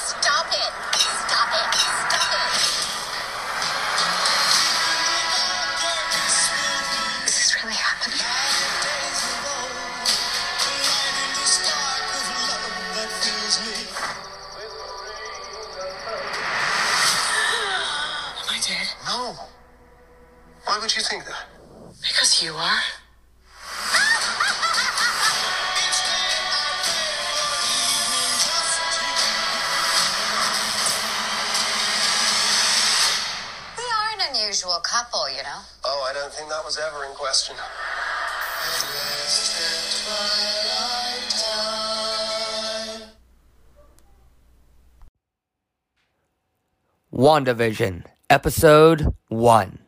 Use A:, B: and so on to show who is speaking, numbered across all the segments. A: Stop it. Stop it. Stop it.
B: Is this really happening?
C: Am I dead?
D: No. Why would you think that?
C: Because you are.
B: We are an unusual couple, you know.
D: Oh, I don't think that was ever in question.
E: WandaVision, Episode 1.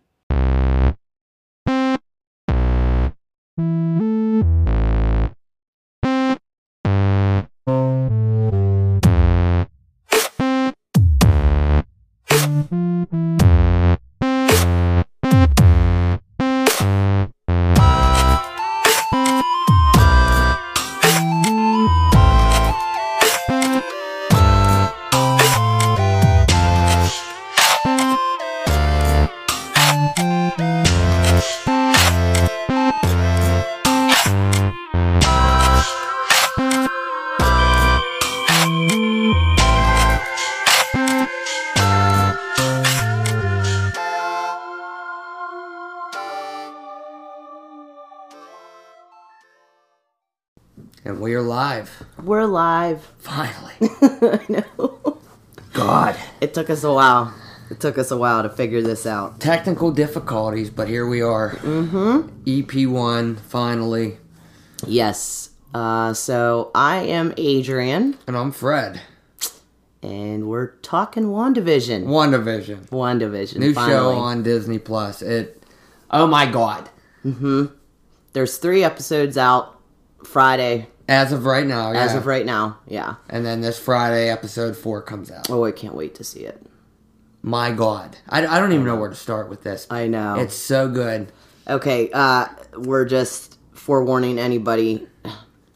E: And we are live.
F: We're live.
E: Finally.
F: I know.
E: God.
F: It took us a while. It took us a while to figure this out.
E: Technical difficulties, but here we are. Mm
F: Mm-hmm.
E: hmm. EP1, finally.
F: Yes. Uh, so I am Adrian,
E: And I'm Fred.
F: and we're talking WandaVision.
E: WandaVision.
F: WandaVision.
E: New
F: finally.
E: show on Disney Plus. It. Oh my God.
F: There's three episodes out Friday
E: As of right now,
F: as
E: yeah.
F: of right now. Yeah.
E: And then this Friday, episode 4 comes out.
F: Oh, I can't wait to see it.
E: My God. I, I don't even know where to start with this.
F: I know.
E: It's so good.
F: Okay, uh, we're just forewarning anybody.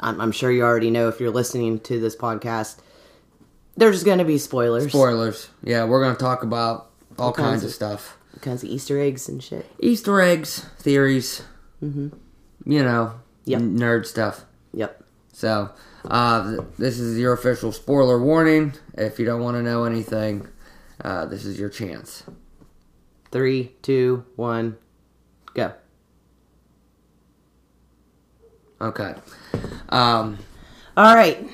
F: I'm, I'm sure you already know if you're listening to this podcast. There's going to be spoilers
E: Spoilers. Yeah, we're going to talk about all kinds of stuff.
F: because of Easter eggs and shit.
E: Easter eggs, theories, Mm-hmm. you know,
F: Yep.
E: n- nerd stuff.
F: Yep.
E: So, uh, th- this is your official spoiler warning. If you don't want to know anything, uh, this is your chance.
F: Three, two, one, go.
E: Okay. Um,
F: All right.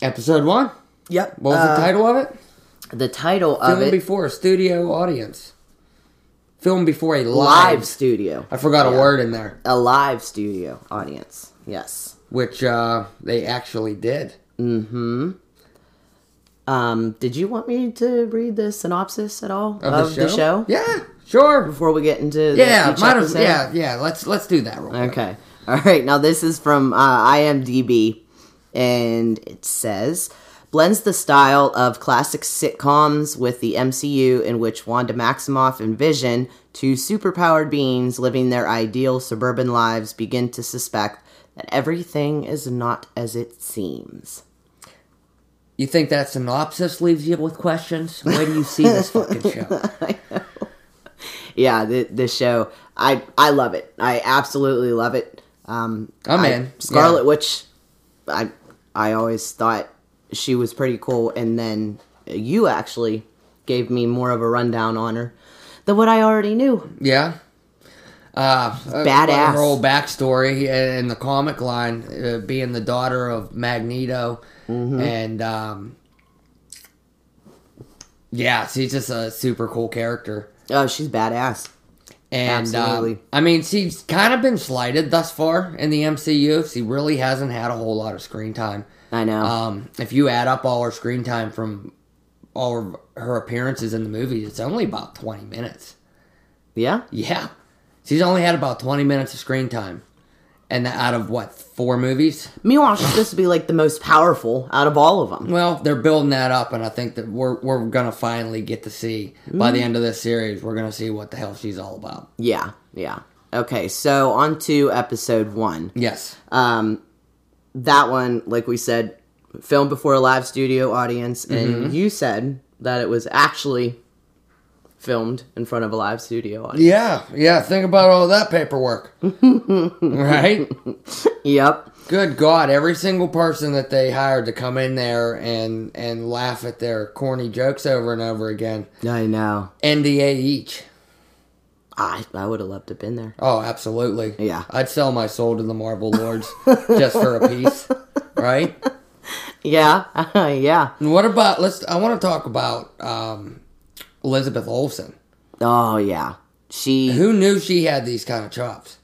E: episode one.
F: Yep.
E: What was the title of it?
F: The title of
E: Film
F: it:
E: before a studio audience. Film before a live.
F: Live Studio.
E: I forgot a word in there,
F: A live studio audience. Yes.
E: which uh, they actually did.
F: Mm-hmm. Um. Did you want me to read the synopsis at all
E: Of, the, show? Yeah, sure.
F: Before we get into the-
E: Yeah,
F: each
E: might as
F: episode?
E: yeah, yeah. Let's let's do that. Real quick.
F: Okay. All right. Now, this is from uh, IMDb, and it says blends the style of classic sitcoms with the MCU, in which Wanda Maximoff and Vision, two superpowered beings living their ideal suburban lives, begin to suspect that everything is not as it seems.
E: You think that synopsis leaves you with questions? Where do you see this fucking show?
F: Yeah, th- this show, I I love it. I absolutely love it. Um,
E: I'm
F: I-
E: in.
F: Scarlet
E: Oh, Yeah.
F: Witch. I I always thought she was pretty cool, and then you actually gave me more of a rundown on her than what I already knew.
E: Yeah. Uh,
F: badass.
E: Her whole backstory uh, in the comic line, uh, being the daughter of Magneto, and um, yeah, she's just a super cool character.
F: Oh, she's badass.
E: And uh,
F: Absolutely.
E: I mean, she's kind of been slighted thus far in the MCU. She really hasn't had a whole lot of screen time.
F: I know.
E: Um, if you add up all her screen time from all of her appearances in the movies, it's only about 20 minutes.
F: Yeah?
E: Yeah. She's only had about 20 minutes of screen time. And that out of what, four movies?
F: Meanwhile, she's supposed to be like the most powerful out of all of them.
E: Well, they're building that up, and I think that we're, we're going to finally get to see, by the end of this series, we're going to see what the hell she's all about.
F: Yeah, yeah. Okay, so on to episode one.
E: Yes.
F: Um, That one, like we said, filmed before a live studio audience, and you said that it was actually filmed in front of a live studio audience.
E: yeah, yeah. Think about all that paperwork. right?
F: Yep.
E: Good God, every single person that they hired to come in there and, and laugh at their corny jokes over and over again,
F: I know.
E: NDA each.
F: I I would have loved to have been there.
E: Oh, absolutely.
F: Yeah.
E: I'd sell my soul to the Marvel Lords just for a piece, right?
F: Yeah, yeah.
E: And what about let's I want to talk about um Elizabeth Olsen.
F: Oh yeah. She
E: Who knew she had these kind of chops?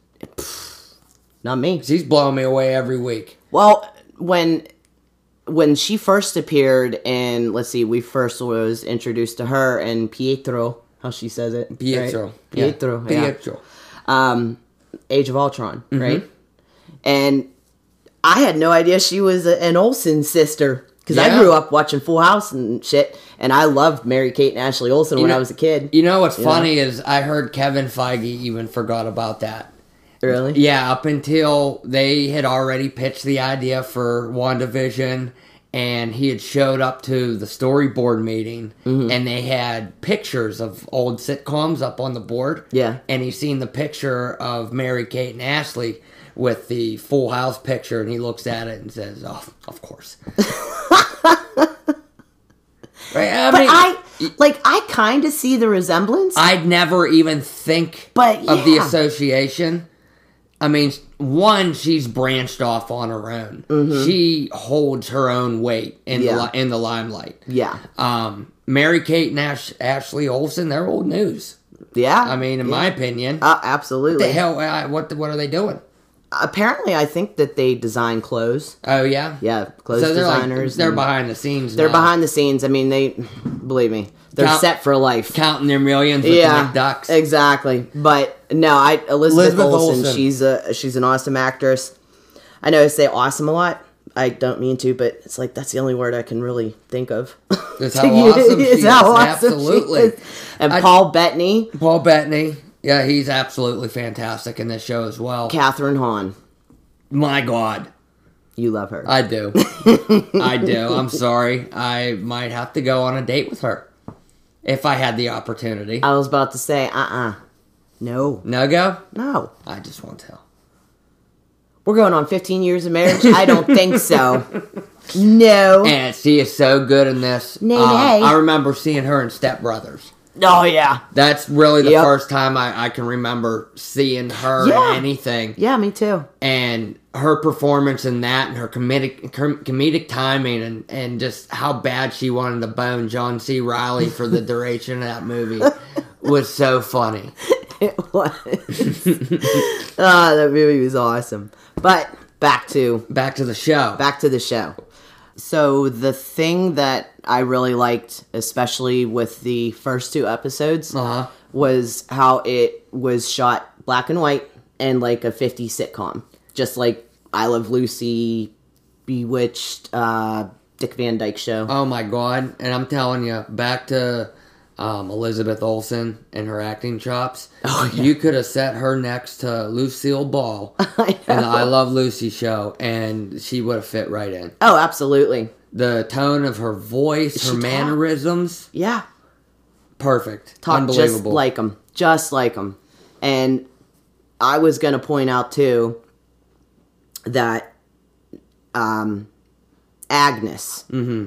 F: not me.
E: She's blowing me away every week.
F: Well, when when she first appeared in let's see, we first was introduced to her and Pietro, how she says it. right?
E: Pietro. Yeah.
F: Pietro. Yeah.
E: Pietro.
F: Um Age of Ultron,
E: Mm-hmm.
F: right? And I had no idea she was a, an Olsen sister because I
E: Yeah.
F: grew up watching Full House and shit, and I loved Mary Kate and Ashley Olsen when
E: know-
F: I was a kid.
E: You know what's funny is I heard Kevin Feige even forgot about that.
F: really?
E: Yeah, up until they had already pitched the idea for WandaVision and he had showed up to the storyboard meeting
F: Mm-hmm.
E: and they had pictures of old sitcoms up on the board.
F: Yeah.
E: And he seen the picture of Mary Kate and Ashley with the full house picture and he looks at it and says, Oh, of course. right? I
F: But
E: mean,
F: I like I kind of see the resemblance.
E: I'd never even think
F: But,
E: of the
F: yeah.
E: association. I mean, one, she's branched off on her own. She holds her own weight in
F: Mm-hmm. Yeah.
E: the li- in the limelight.
F: yeah,
E: Um, Mary Kate and Ash- Ashley Olsen, they're old news.
F: yeah.
E: I mean, in my opinion,
F: uh,
E: the
F: absolutely.
E: hell, I, what the- what are they doing?
F: Apparently, I think that they design clothes.
E: Oh yeah,
F: Yeah, clothes
E: So they're like
F: designers.
E: they're
F: and-
E: behind the scenes.
F: they're
E: now,
F: behind the scenes. I mean, they believe me, they're
E: Count-
F: set for life.
E: counting their millions with
F: yeah,
E: the McDucks.
F: exactly. But no, I Elizabeth,
E: Elizabeth
F: Olsen,
E: Olsen.
F: She's a she's an awesome actress. I know I say awesome a lot. I don't mean to, but it's like that's the only word I can really think of.
E: That's how awesome she
F: It's
E: is.
F: how awesome she
E: Absolutely.
F: is. And
E: I-
F: Paul Bettany,
E: Paul Bettany, yeah, he's absolutely fantastic in this show as well.
F: Catherine Hahn.
E: My God.
F: You love her.
E: I do. I do. I'm sorry. I might have to go on a date with her if I had the opportunity.
F: I was about to say, uh uh No.
E: no go?
F: No.
E: I just won't tell.
F: We're going on 15 years of marriage? I don't think so. No.
E: And she is so good in this.
F: Nay,
E: Um,
F: nay.
E: I remember seeing her in Step Brothers.
F: oh, yeah.
E: That's really the
F: Yep.
E: first time I, I can remember seeing her
F: Yeah.
E: in anything.
F: Yeah, me too.
E: and her performance in that and her comedic com- comedic timing and, and just how bad she wanted to bone John C. Riley for the duration of that movie was so funny.
F: It was. Ah, that movie was awesome. But back to
E: Back to the show.
F: back to the show. So the thing that I really liked, especially with the first two episodes,
E: Uh-huh.
F: was how it was shot black and white and like a 50 sitcom, just like I Love Lucy, Bewitched, uh, Dick Van Dyke Show.
E: Oh my god! And I'm telling you, back to um, Elizabeth Olsen and her acting chops.
F: Oh, yeah.
E: You could have set her next to Lucille Ball in the I Love Lucy show, and she would have fit right in.
F: oh, absolutely.
E: The tone of her voice, her
F: She talk-
E: mannerisms,
F: Yeah,
E: perfect,
F: talk
E: unbelievable.
F: just like him, just like him. And I was going to point out too that um, Agnes, mm-hmm.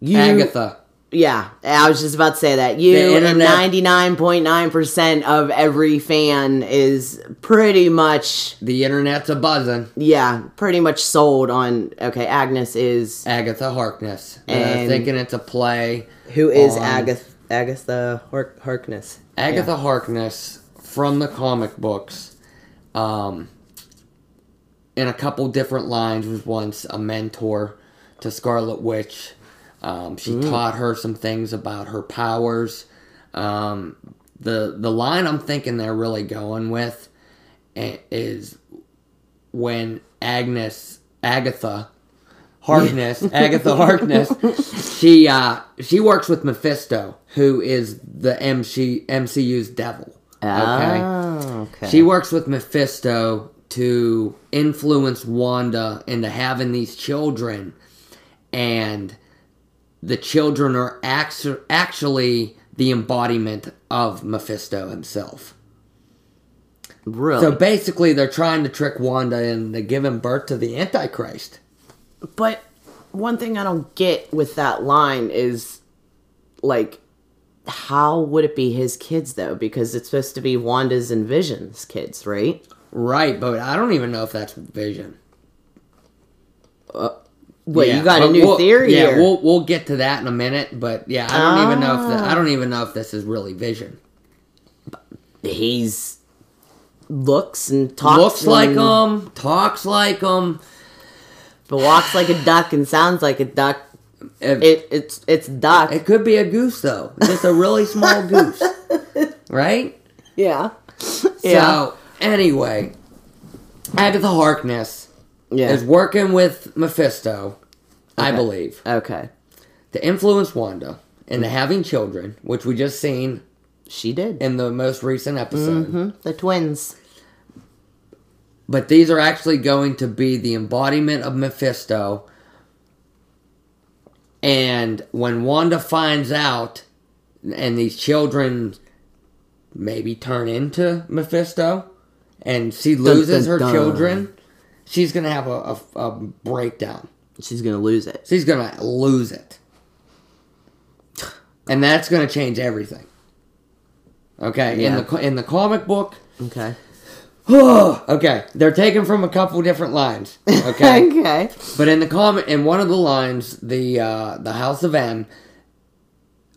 F: you,
E: Agatha.
F: yeah, I was just about to say that you and
E: internet-
F: ninety nine point nine percent of every fan is pretty much
E: The internet's a buzzing.
F: yeah, pretty much sold on okay. Agnes is
E: Agatha Harkness. And
F: And-
E: I'm thinking it's a play.
F: who is
E: on-
F: Agatha Agatha Hark- Harkness?
E: Agatha Harkness from the comic books. Um, in a couple different lines, was once a mentor to Scarlet Witch. Um, she taught her some things about her powers. Um, the the line I'm thinking they're really going with i- is when Agnes Agatha Harkness Agatha Harkness she uh she works with Mephisto who is the MC MCU's devil.
F: Oh, okay.
E: She works with Mephisto to influence Wanda into having these children, and the children are actu- actually the embodiment of Mephisto himself.
F: really.
E: So basically, they're trying to trick Wanda into giving birth to the Antichrist.
F: But one thing I don't get with that line is like how would it be his kids though? Because it's supposed to be Wanda's and Vision's kids, right?
E: Right, but I don't even know if that's Vision.
F: Well,
E: Yeah,
F: you got a
E: but
F: new
E: we'll-
F: theory
E: Yeah,
F: here.
E: we'll we'll get to that in a minute. But yeah, I don't even know if the, I don't even know if this is really Vision.
F: He's looks and talks
E: Looks like
F: and-
E: him, talks like him.
F: but walks like a duck and sounds like a duck.
E: If-
F: It it's it's duck.
E: It could be a goose though. Just a really small goose. Right?
F: yeah. Yeah.
E: So anyway, Agatha Harkness
F: yeah.
E: is working with Mephisto, I
F: Okay.
E: believe,
F: okay.
E: to influence Wanda into having children, which we just seen
F: She did. Mm-hmm.
E: in the most recent episode.
F: The twins.
E: But these are actually going to be the embodiment of Mephisto. And when Wanda finds out, and these children maybe turn into Mephisto, and she loses
F: dun, dun.
E: her children, she's going to have a, a, a breakdown.
F: She's gonna lose it.
E: She's going to lose it. And that's going to change everything. Okay,
F: Yeah.
E: in the co- in the comic book,
F: Okay.
E: okay, they're taken from a couple different lines. Okay,
F: Okay.
E: but in the comment, in one of the lines, the uh, the House of M,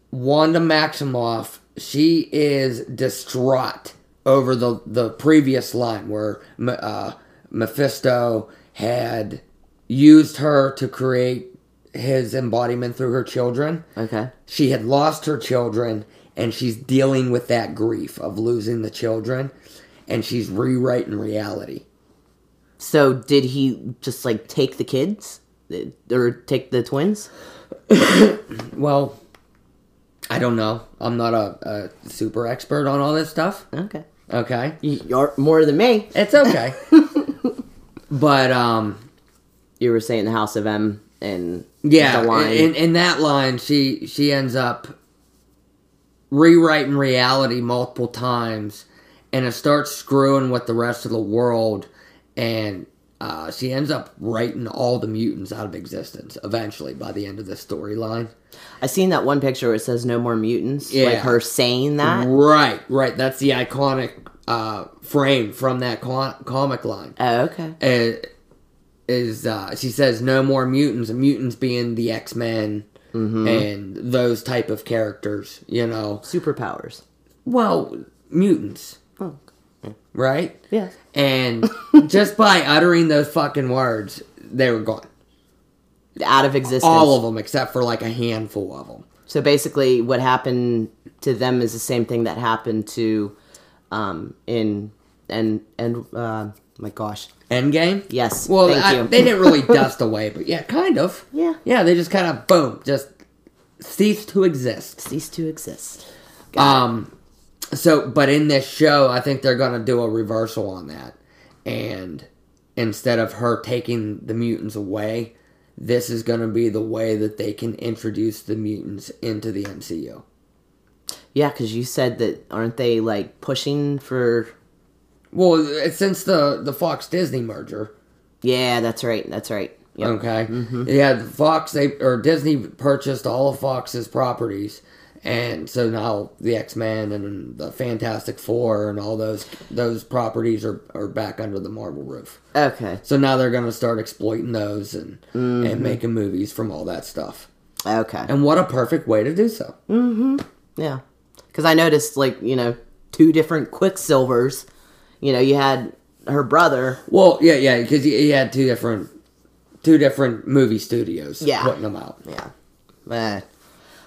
E: Wanda Maximoff, she is distraught over the the previous line where M- uh, Mephisto had used her to create his embodiment through her children.
F: Okay.
E: She had lost her children, and she's dealing with that grief of losing the children, and she's rewriting reality.
F: So did he just like take the kids or take the twins?
E: Well, I don't know. I'm not a, a super expert on all this stuff.
F: Okay.
E: Okay,
F: You're more than me.
E: it's okay. but um,
F: You were saying the House of M and
E: yeah,
F: the line.
E: In, in that line, she she ends up rewriting reality multiple times, and it starts screwing with the rest of the world, and uh, she ends up writing all the mutants out of existence eventually by the end of the storyline.
F: I seen that one picture where it says "No more mutants." Like
E: Yeah.
F: her saying that.
E: Right, right. That's the iconic uh, frame from that con- comic line.
F: Oh, okay.
E: Uh, is uh, she says no more mutants, and mutants being the X Men
F: Mm-hmm.
E: and those type of characters. You know,
F: Superpowers.
E: well, mutants, right?
F: Yes.
E: And just by uttering those fucking words, they were gone.
F: Out of existence.
E: All of them, except for like a handful of them.
F: So basically, what happened to them is the same thing that happened to, um, in and and uh, my gosh,
E: Endgame?
F: Yes,
E: Well,
F: thank
E: I,
F: you.
E: they didn't really dust away, but yeah, kind of.
F: Yeah.
E: Yeah, they just kind of boom, just ceased to exist.
F: cease to exist.
E: Um, so, but in this show, I think they're gonna do a reversal on that, and instead of her taking the mutants away, this is gonna be the way that they can introduce the mutants into the MCU.
F: Yeah, because you said that aren't they like pushing for?
E: Well, it's since the the Fox Disney merger,
F: Yeah, that's right. That's right. Yep.
E: Okay. Yeah, Fox they or Disney purchased all of Fox's properties, and so now the X Men and the Fantastic Four and all those those properties are, are back under the Marvel roof.
F: Okay.
E: So now they're gonna start exploiting those and
F: Mm-hmm.
E: and making movies from all that stuff.
F: Okay.
E: And what a perfect way to do so.
F: Yeah. Because I noticed, like, you know, two different Quicksilvers. You know, you had her brother.
E: Well, yeah, yeah, because you, you had two different two different movie studios
F: Yeah.
E: putting them out.
F: Yeah. Eh.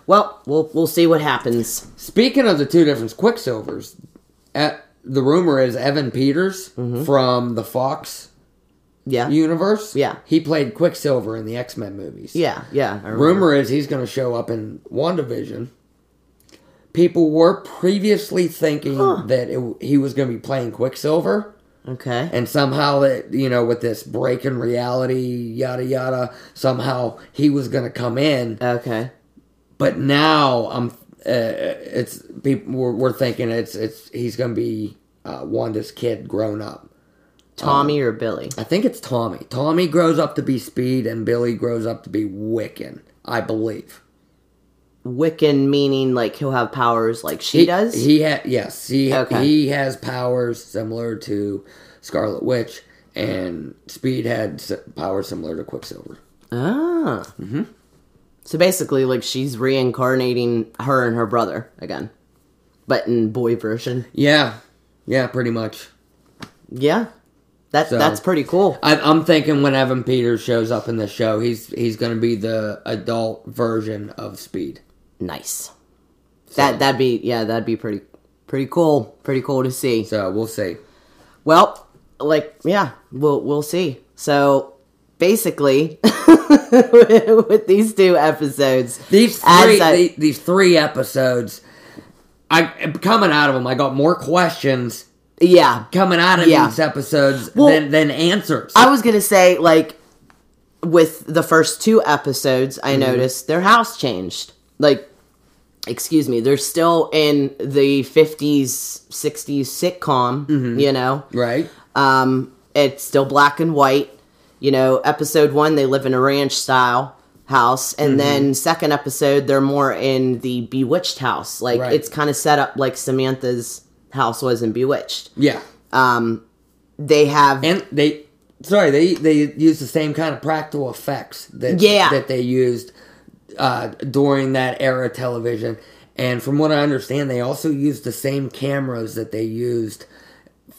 F: Well, we'll we'll see what happens.
E: Speaking of the two different Quicksilvers, eh, the rumor is Evan Peters from the Fox
F: Mm-hmm. Yeah.
E: universe.
F: Yeah.
E: He played Quicksilver in the X Men movies.
F: yeah, yeah. I remember.
E: Rumor is he's going to show up in WandaVision. People were previously thinking that it, he was going to be playing Quicksilver,
F: Okay.
E: and somehow that you know with this break in reality, yada yada, somehow he was going to come in.
F: okay.
E: But now I'm, uh, it's people we're, we're thinking it's it's he's going to be uh, Wanda's kid grown up.
F: Tommy
E: Um,
F: or Billy?
E: I think it's Tommy. Tommy grows up to be Speed, and Billy grows up to be Wiccan. I believe.
F: Wiccan meaning like he'll have powers like she
E: he
F: does.
E: He ha- yes, he
F: Okay.
E: he has powers similar to Scarlet Witch, and Speed had s- powers similar to Quicksilver.
F: ah. Mm-hmm. So basically, like she's reincarnating her and her brother again, but in boy version.
E: Yeah, yeah, pretty much.
F: Yeah, that
E: So-
F: that's pretty cool.
E: I, I'm thinking when Evan Peters shows up in the show, he's he's going to be the adult version of Speed.
F: Nice. That that'd be yeah that'd be pretty pretty cool pretty cool to see.
E: So we'll see.
F: Well, like yeah, we'll we'll see. So basically, with these two episodes,
E: These
F: As
E: three,
F: I-
E: the- these three episodes, I coming out of them. I got more questions
F: yeah,
E: coming out of
F: Yeah.
E: these episodes
F: Well,
E: than than answers.
F: I was gonna say like with the first two episodes,
E: Mm-hmm.
F: I noticed their house changed. Like, excuse me, they're still in the fifties, sixties sitcom.
E: Mm-hmm.
F: You know,
E: right?
F: Um, it's still black and white. You know, episode one, they live in a ranch style house. And
E: Mm-hmm.
F: then second episode, they're more in the bewitched house. Like
E: Right.
F: it's kind of set up like Samantha's house was in Bewitched.
E: Yeah.
F: Um, they have,
E: and they sorry they they used the same kind of practical effects that
F: Yeah.
E: that they used uh, during that era of television and from what i understand they also used the same cameras that they used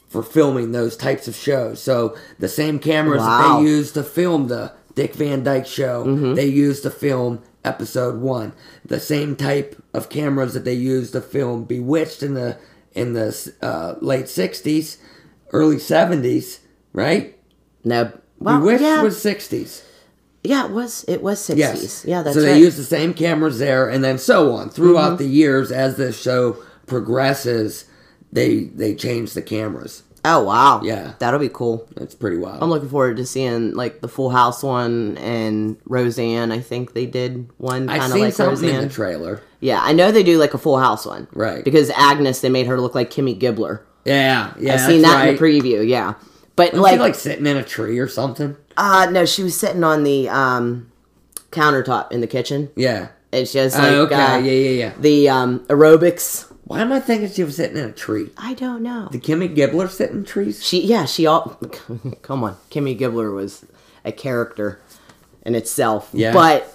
E: for filming those types of shows so the same cameras that
F: Wow. Mm-hmm.
E: they used to film the dick van dyke show they used to film episode one the same type of cameras that they used to film bewitched in the in the uh, late 60s early 70s, right?
F: no,
E: Well,
F: well,
E: Bewitched
F: yeah,
E: was 60s.
F: yeah, it was, it was 60s.
E: Yes.
F: Yeah, that's
E: So they
F: right. Mm-hmm.
E: use the same cameras there and then so on. Throughout the years as this show progresses, they they change the cameras.
F: oh, wow.
E: Yeah.
F: That'll be cool.
E: That's pretty wild.
F: I'm looking forward to seeing like the Full House one and Roseanne. I think they did one
E: I
F: kind of
E: seen
F: like
E: something
F: Roseanne.
E: in the trailer.
F: Yeah, I know they do like a Full House one,
E: Right.
F: Because Agnes, they made her look like Kimmy Gibbler.
E: Yeah, yeah.
F: I seen
E: that's
F: that in
E: right.
F: the preview. Yeah, but
E: Wasn't she,
F: like,
E: like sitting in a tree or something.
F: uh no, she was sitting on the um countertop in the kitchen,
E: Yeah.
F: and she has
E: Oh,
F: like
E: okay.
F: uh,
E: yeah, yeah, yeah.
F: the um aerobics.
E: Why am I thinking she was sitting in a tree?
F: I don't know.
E: Did Kimmy Gibbler sit in trees?
F: She yeah, she all come on. Kimmy Gibbler was a character in itself.
E: Yeah.
F: But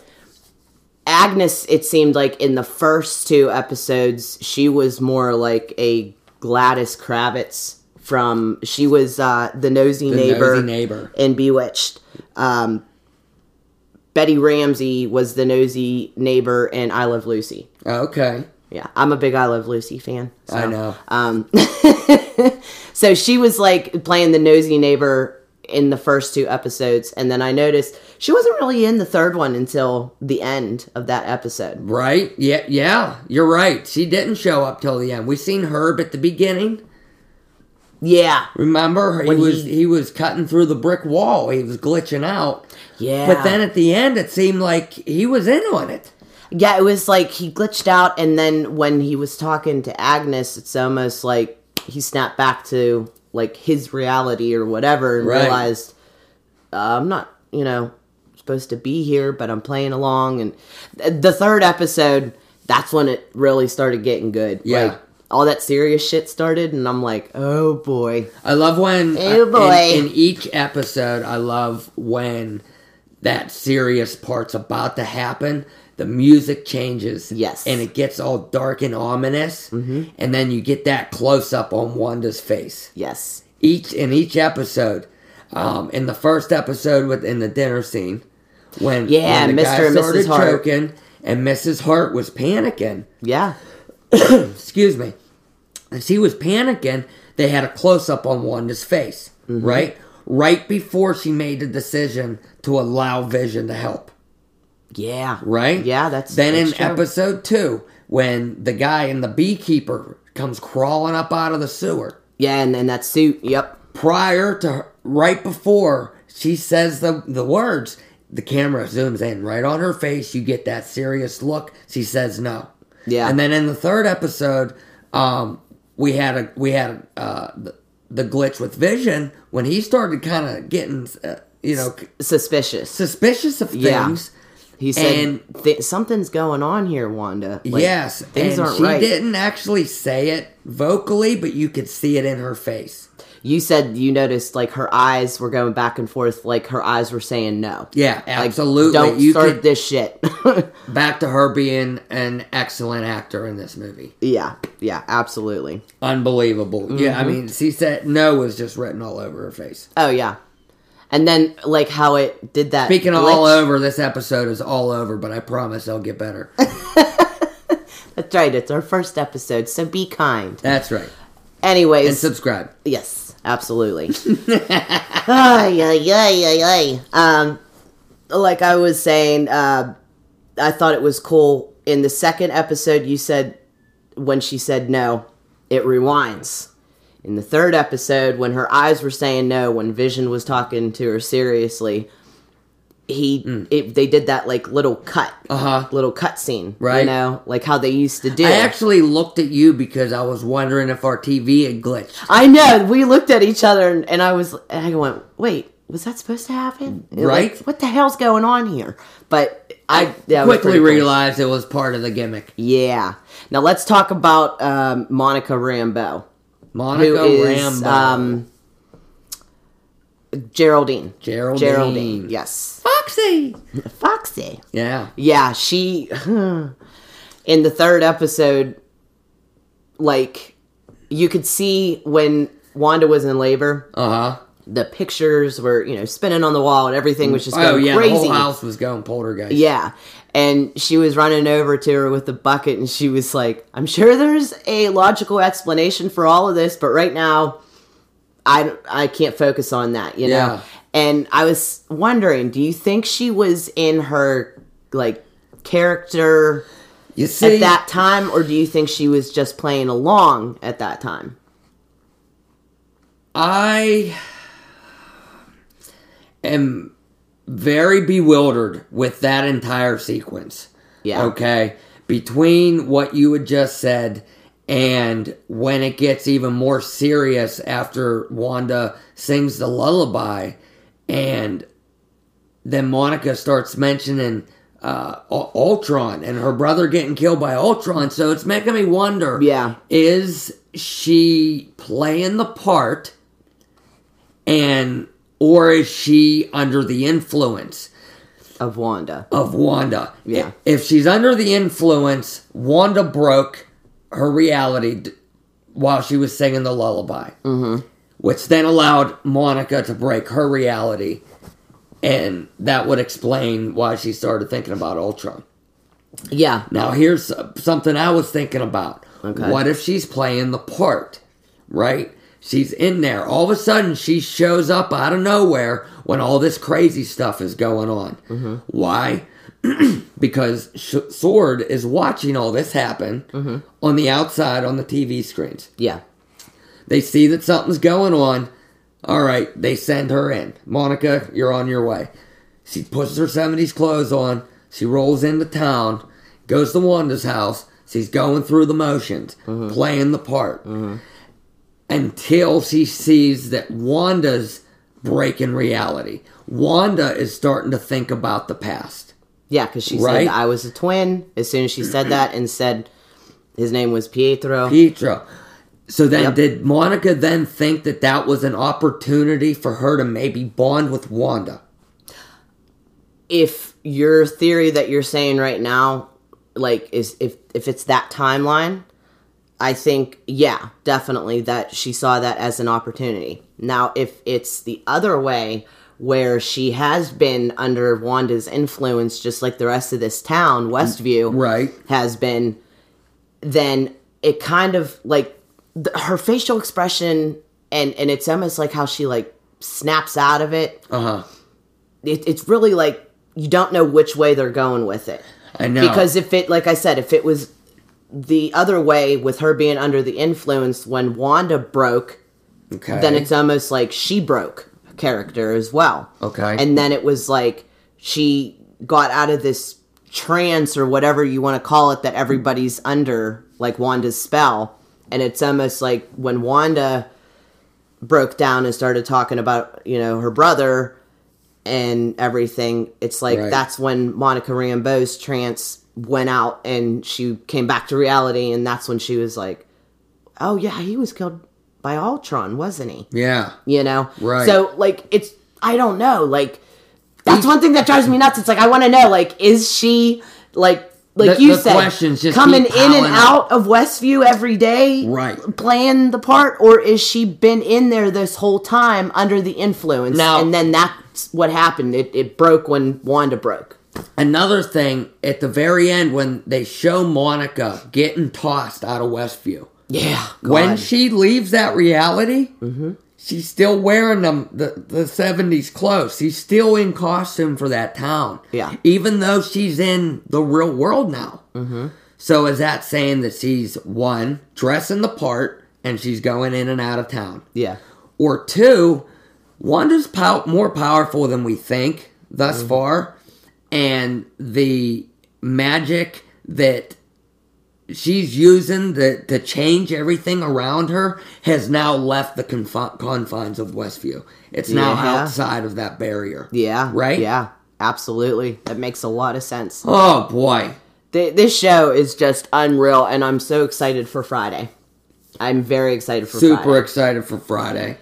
F: Agnes, it seemed like in the first two episodes, she was more like a Gladys Kravitz from she was uh the nosy
E: The
F: neighbor
E: nosy neighbor.
F: in Bewitched. Um Betty Ramsey was the nosy neighbor in I Love Lucy.
E: Okay.
F: Yeah, I'm a big I Love Lucy fan. So.
E: I know.
F: Um, so she was like playing the nosy neighbor in the first two episodes, and then I noticed she wasn't really in the third one until the end of that episode.
E: Right? Yeah, yeah. You're right. She didn't show up till the end. We seen Herb at the beginning.
F: Yeah,
E: Remember, he
F: When
E: was
F: he-
E: he, was cutting through the brick wall. He was glitching out.
F: yeah.
E: But then at the end, it seemed like he was in on it.
F: yeah, it was like he glitched out, and then when he was talking to Agnes, it's almost like he snapped back to like his reality or whatever, and
E: Right.
F: realized uh, I'm not, you know, supposed to be here, but I'm playing along. And th- the third episode, that's when it really started getting good.
E: Yeah.
F: Like, all that serious shit started, and I'm like, oh boy.
E: I love when uh,
F: Oh,
E: in-
F: boy.
E: In, each episode, I love when that serious part's about to happen. The music changes,
F: Yes. Mm-hmm.
E: and it gets all dark and ominous, and then you get that close up on Wanda's face.
F: Yes.
E: each in each episode. Um, in the first episode with in the dinner scene, when
F: Yeah,
E: when the
F: Mr. and Mrs.
E: started
F: Hart.
E: choking, and Mrs. Hart was panicking.
F: Yeah.
E: Excuse me. As he was panicking, they had a close up on Wanda's face,
F: Mm-hmm.
E: right? Right before she made the decision to allow Vision to help
F: Yeah.
E: right?
F: Yeah, that's
E: then
F: that's
E: in
F: true.
E: episode two when the guy in the beekeeper comes crawling up out of the sewer.
F: Yeah, and then that suit. Yep.
E: Prior to her, right before she says the the words, the camera zooms in right on her face. You get that serious look. She says no.
F: Yeah.
E: And then in the third episode, um, we had a we had uh the, the glitch with Vision when he started kind of getting uh, you know c-
F: Suspicious.
E: suspicious of
F: Yeah.
E: things.
F: He said
E: And-
F: "Th- something's going on here, Wanda. Like,
E: yes,
F: things
E: and
F: aren't
E: she
F: right.
E: didn't actually say it vocally, but you could see it in her face.
F: You said you noticed like her eyes were going back and forth, like her eyes were saying no.
E: Yeah,
F: Like,
E: absolutely.
F: Don't
E: you
F: start
E: could,
F: this shit.
E: back to her being an excellent actor in this movie.
F: yeah, yeah, absolutely.
E: Unbelievable. Yeah,
F: Mm-hmm.
E: I mean, she said no was just written all over her face.
F: Oh yeah, and then like how it did that.
E: Speaking of
F: glitch,
E: all over, this episode is all over, but I promise I'll get better.
F: That's right. It's our first episode, so be kind.
E: That's right.
F: Anyways,
E: And subscribe.
F: Yes, absolutely. ay, ay, ay, ay, ay. Um, like I was saying, uh, I thought it was cool. In the second episode, you said when she said no, it rewinds. In the third episode, when her eyes were saying no, when Vision was talking to her seriously, he it, they did that like little cut,
E: Hmm. Uh-huh.
F: little cut scene,
E: Right.
F: You know, like how they used to do.
E: I actually looked at you because I was wondering if our TV had glitched.
F: I know. We looked at each other, and, and I was, and I went, "Wait, was that supposed to happen? Like,
E: Right?
F: what the hell's going on here?" But I yeah, it was
E: Quickly
F: pretty cool.
E: realized it was part of the gimmick.
F: Yeah. Now let's talk about um, Monica Rambeau,
E: Monica
F: who is
E: Rambeau.
F: um, Geraldine.
E: Geraldine.
F: Geraldine. Yes.
E: Foxy.
F: Foxy.
E: Yeah.
F: Yeah, she in the third episode, like you could see when Wanda was in labor.
E: Uh huh.
F: the pictures were you know spinning on the wall and everything was just going
E: Oh yeah, the
F: crazy.
E: whole house was going poltergeist.
F: Yeah, and she was running over to her with a bucket, and she was like, "I'm sure there's a logical explanation for all of this, but right now, I I can't focus on that." You know.
E: Yeah.
F: And I was wondering, do you think she was in her like character
E: You see
F: at that time, or do you think she was just playing along at that time?
E: I am very bewildered with that entire sequence.
F: Yeah.
E: Okay. Between what you had just said and when it gets even more serious after Wanda sings the lullaby and then Monica starts mentioning uh, U- Ultron and her brother getting killed by Ultron. So it's making me wonder
F: Yeah.
E: is she playing the part and or is she under the influence
F: Of Wanda.
E: of Wanda?
F: Yeah.
E: If she's under the influence, Wanda broke her reality d- while she was singing the lullaby, mm-hmm. which then allowed Monica to break her reality, and that would explain why she started thinking about Ultron.
F: Yeah.
E: Now, here's something I was thinking about.
F: Okay.
E: What if she's playing the part, right? She's in there. All of a sudden, she shows up out of nowhere when all this crazy stuff is going on. Why? because Sh- Sword is watching all this happen on the outside on the TV screens.
F: Yeah.
E: They see that something's going on. All right, they send her in. Monica, you're on your way. She puts her 70s clothes on. She rolls into town, goes to Wanda's house. She's going through the motions, playing the part. Until she sees that Wanda's breaking reality. Wanda is starting to think about the past.
F: Yeah, because she
E: Right?
F: said I was a twin as soon as she said that and said his name was Pietro.
E: Pietro. So then, did Monica then think that that was an opportunity for her to maybe bond with Wanda?
F: if your theory that you're saying right now, like, is if if it's that timeline, I think yeah, definitely that she saw that as an opportunity. Now, if it's the other way where she has been under Wanda's influence, just like the rest of this town, Westview,
E: Right.
F: has been, then it kind of like the, her facial expression and and it's almost like how she like snaps out of it.
E: Uh huh.
F: it it's really like you don't know which way they're going with it
E: I know.
F: because if it like i said if it was the other way with her being under the influence when wanda broke
E: okay.
F: then it's almost like she broke character as well
E: Okay.
F: and then it was like she got out of this trance or whatever you want to call it that everybody's under like wanda's spell and it's almost like when wanda broke down and started talking about you know her brother and everything it's like
E: Right.
F: that's when monica rambeau's trance went out and she came back to reality and that's when she was like oh yeah he was killed by ultron wasn't he
E: yeah.
F: you know
E: Right.
F: so like it's i don't know like that's one thing that drives me nuts it's like i want to know like is she like like
E: The-
F: you
E: the
F: said
E: questions just
F: coming in
E: keep
F: and
E: piling
F: out of westview every day
E: Right.
F: playing the part or is she been in there this whole time under the influence
E: Now-
F: and then that's what happened it, it broke when wanda broke
E: Another thing at the very end when they show Monica getting tossed out of Westview.
F: yeah
E: When
F: God.
E: she leaves that reality, she's still wearing them the the seventies clothes. She's still in costume for that town.
F: Yeah.
E: even though she's in the real world now. Mm-hmm. So is that saying that she's one dressing the part and she's going in and out of town?
F: yeah
E: or two, Wanda's pow- more powerful than we think thus
F: Mm-hmm.
E: far, and the magic that she's using to, to change everything around her has now left the confi- confines of Westview. It's now
F: Yeah.
E: outside of that barrier.
F: yeah
E: Right?
F: yeah absolutely that makes a lot of sense
E: Oh boy.
F: Th- this show is just unreal, and I'm so excited for Friday. I'm very excited for
E: Super
F: Friday.
E: excited for Friday.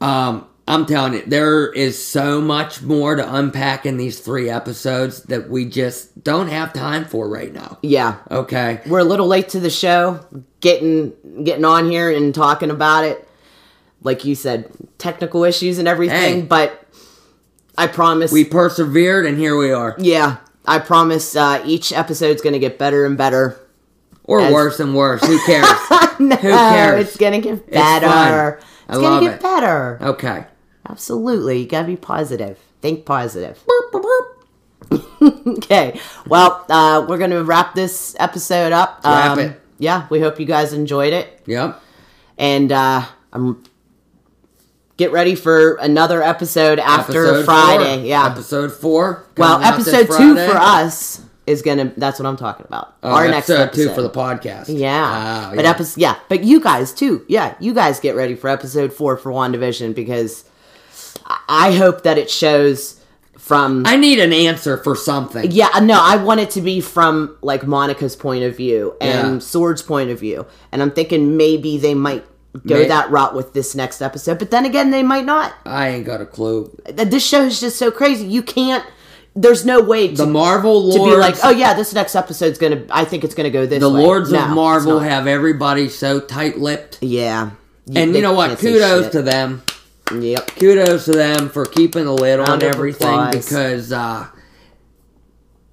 E: Um, I'm telling you, there is so much more to unpack in these three episodes that we just don't have time for right now.
F: Yeah,
E: Okay.
F: we're a little late to the show, getting getting on here and talking about it. Like you said, technical issues and everything,
E: Hey.
F: but I promise.
E: We persevered and here we are.
F: yeah, I promise. Uh, each episode's gonna get better and better.
E: Or
F: As-
E: worse and worse. Who cares?
F: no,
E: cares?
F: It's gonna get
E: fun.
F: better. It's,
E: I
F: gonna
E: love
F: get
E: it.
F: better.
E: Okay.
F: Absolutely, you gotta be positive. Think positive. Okay. Well, uh, we're going to wrap this episode up.
E: Wrap
F: Um,
E: it.
F: Yeah. We hope you guys enjoyed it.
E: Yep.
F: And uh, I'm get ready for another episode after
E: Episode
F: Friday.
E: four.
F: Yeah.
E: Episode four.
F: well,
E: coming out this
F: episode two
E: Friday.
F: for us is going to, that's what I'm talking about.
E: Oh,
F: Our next episode.
E: two for the podcast.
F: yeah.
E: Oh,
F: But
E: yeah.
F: episode, yeah. But you guys too. Yeah. You guys get ready for episode four for WandaVision because I I hope that it shows from.
E: I need an answer for something.
F: Yeah, no, I want it to be from like Monica's point of view and
E: Yeah.
F: Sword's point of view. And I'm thinking maybe they might go
E: May-
F: that route with this next episode. But then again, they might not.
E: I ain't got a clue.
F: Th- This show is just so crazy. You can't there's no way to,
E: The Marvel
F: to
E: Lords.
F: be like, "Oh yeah, this next episode's going to I think it's going to go this
E: the
F: way."
E: Lords
F: No,
E: of
F: it's
E: Marvel
F: not.
E: have everybody so tight lipped.
F: Yeah.
E: And
F: they
E: you know what?
F: can't say
E: Kudos
F: shit.
E: to them.
F: Yep.
E: Kudos to them for keeping a lid on
F: Round of
E: everything
F: applause.
E: because, uh,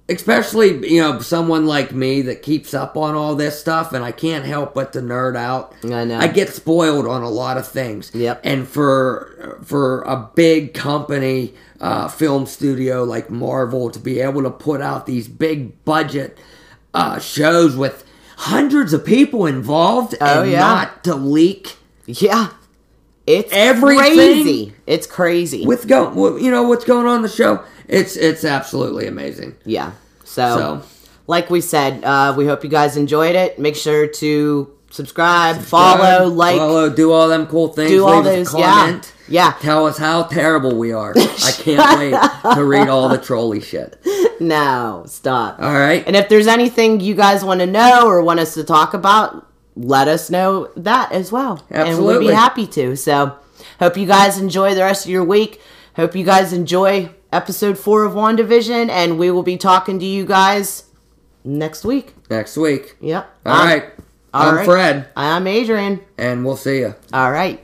E: especially, you know, someone like me that keeps up on all this stuff and I can't help but to nerd out.
F: I know.
E: I get spoiled on a lot of things.
F: Yep.
E: And for, for a big company, uh, film studio like Marvel to be able to put out these big budget, uh, shows with hundreds of people involved
F: Oh,
E: and
F: yeah.
E: not to leak
F: Yeah. It's
E: Everything-
F: crazy. It's crazy.
E: with go with- you know what's going on in the show it's it's absolutely amazing
F: yeah.
E: so
F: like we said, uh, we hope you guys enjoyed it. Make sure to subscribe,
E: uh,
F: follow, like,
E: follow do all them cool things
F: do all
E: leave us a
F: those. Yeah,
E: comment
F: yeah.
E: tell us how terrible we are i can't wait to read all the trolley shit
F: No, stop.
E: all right
F: And if there's anything you guys want to know or want us to talk about, let us know that as well, and we'd
E: Absolutely.
F: be happy to. So, hope you guys enjoy the rest of your week. Hope you guys enjoy episode four of WandaVision, and we will be talking to you guys next week.
E: next week
F: Yep.
E: All right.
F: all
E: i'm
F: right.
E: fred
F: I'm Adrian.
E: and we'll see you
F: All right.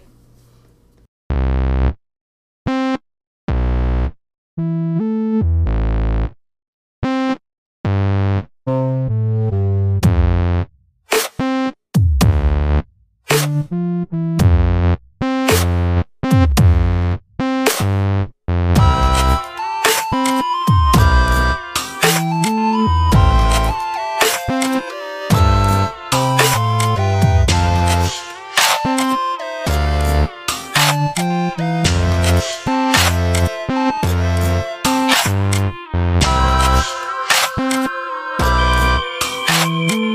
E: Bye.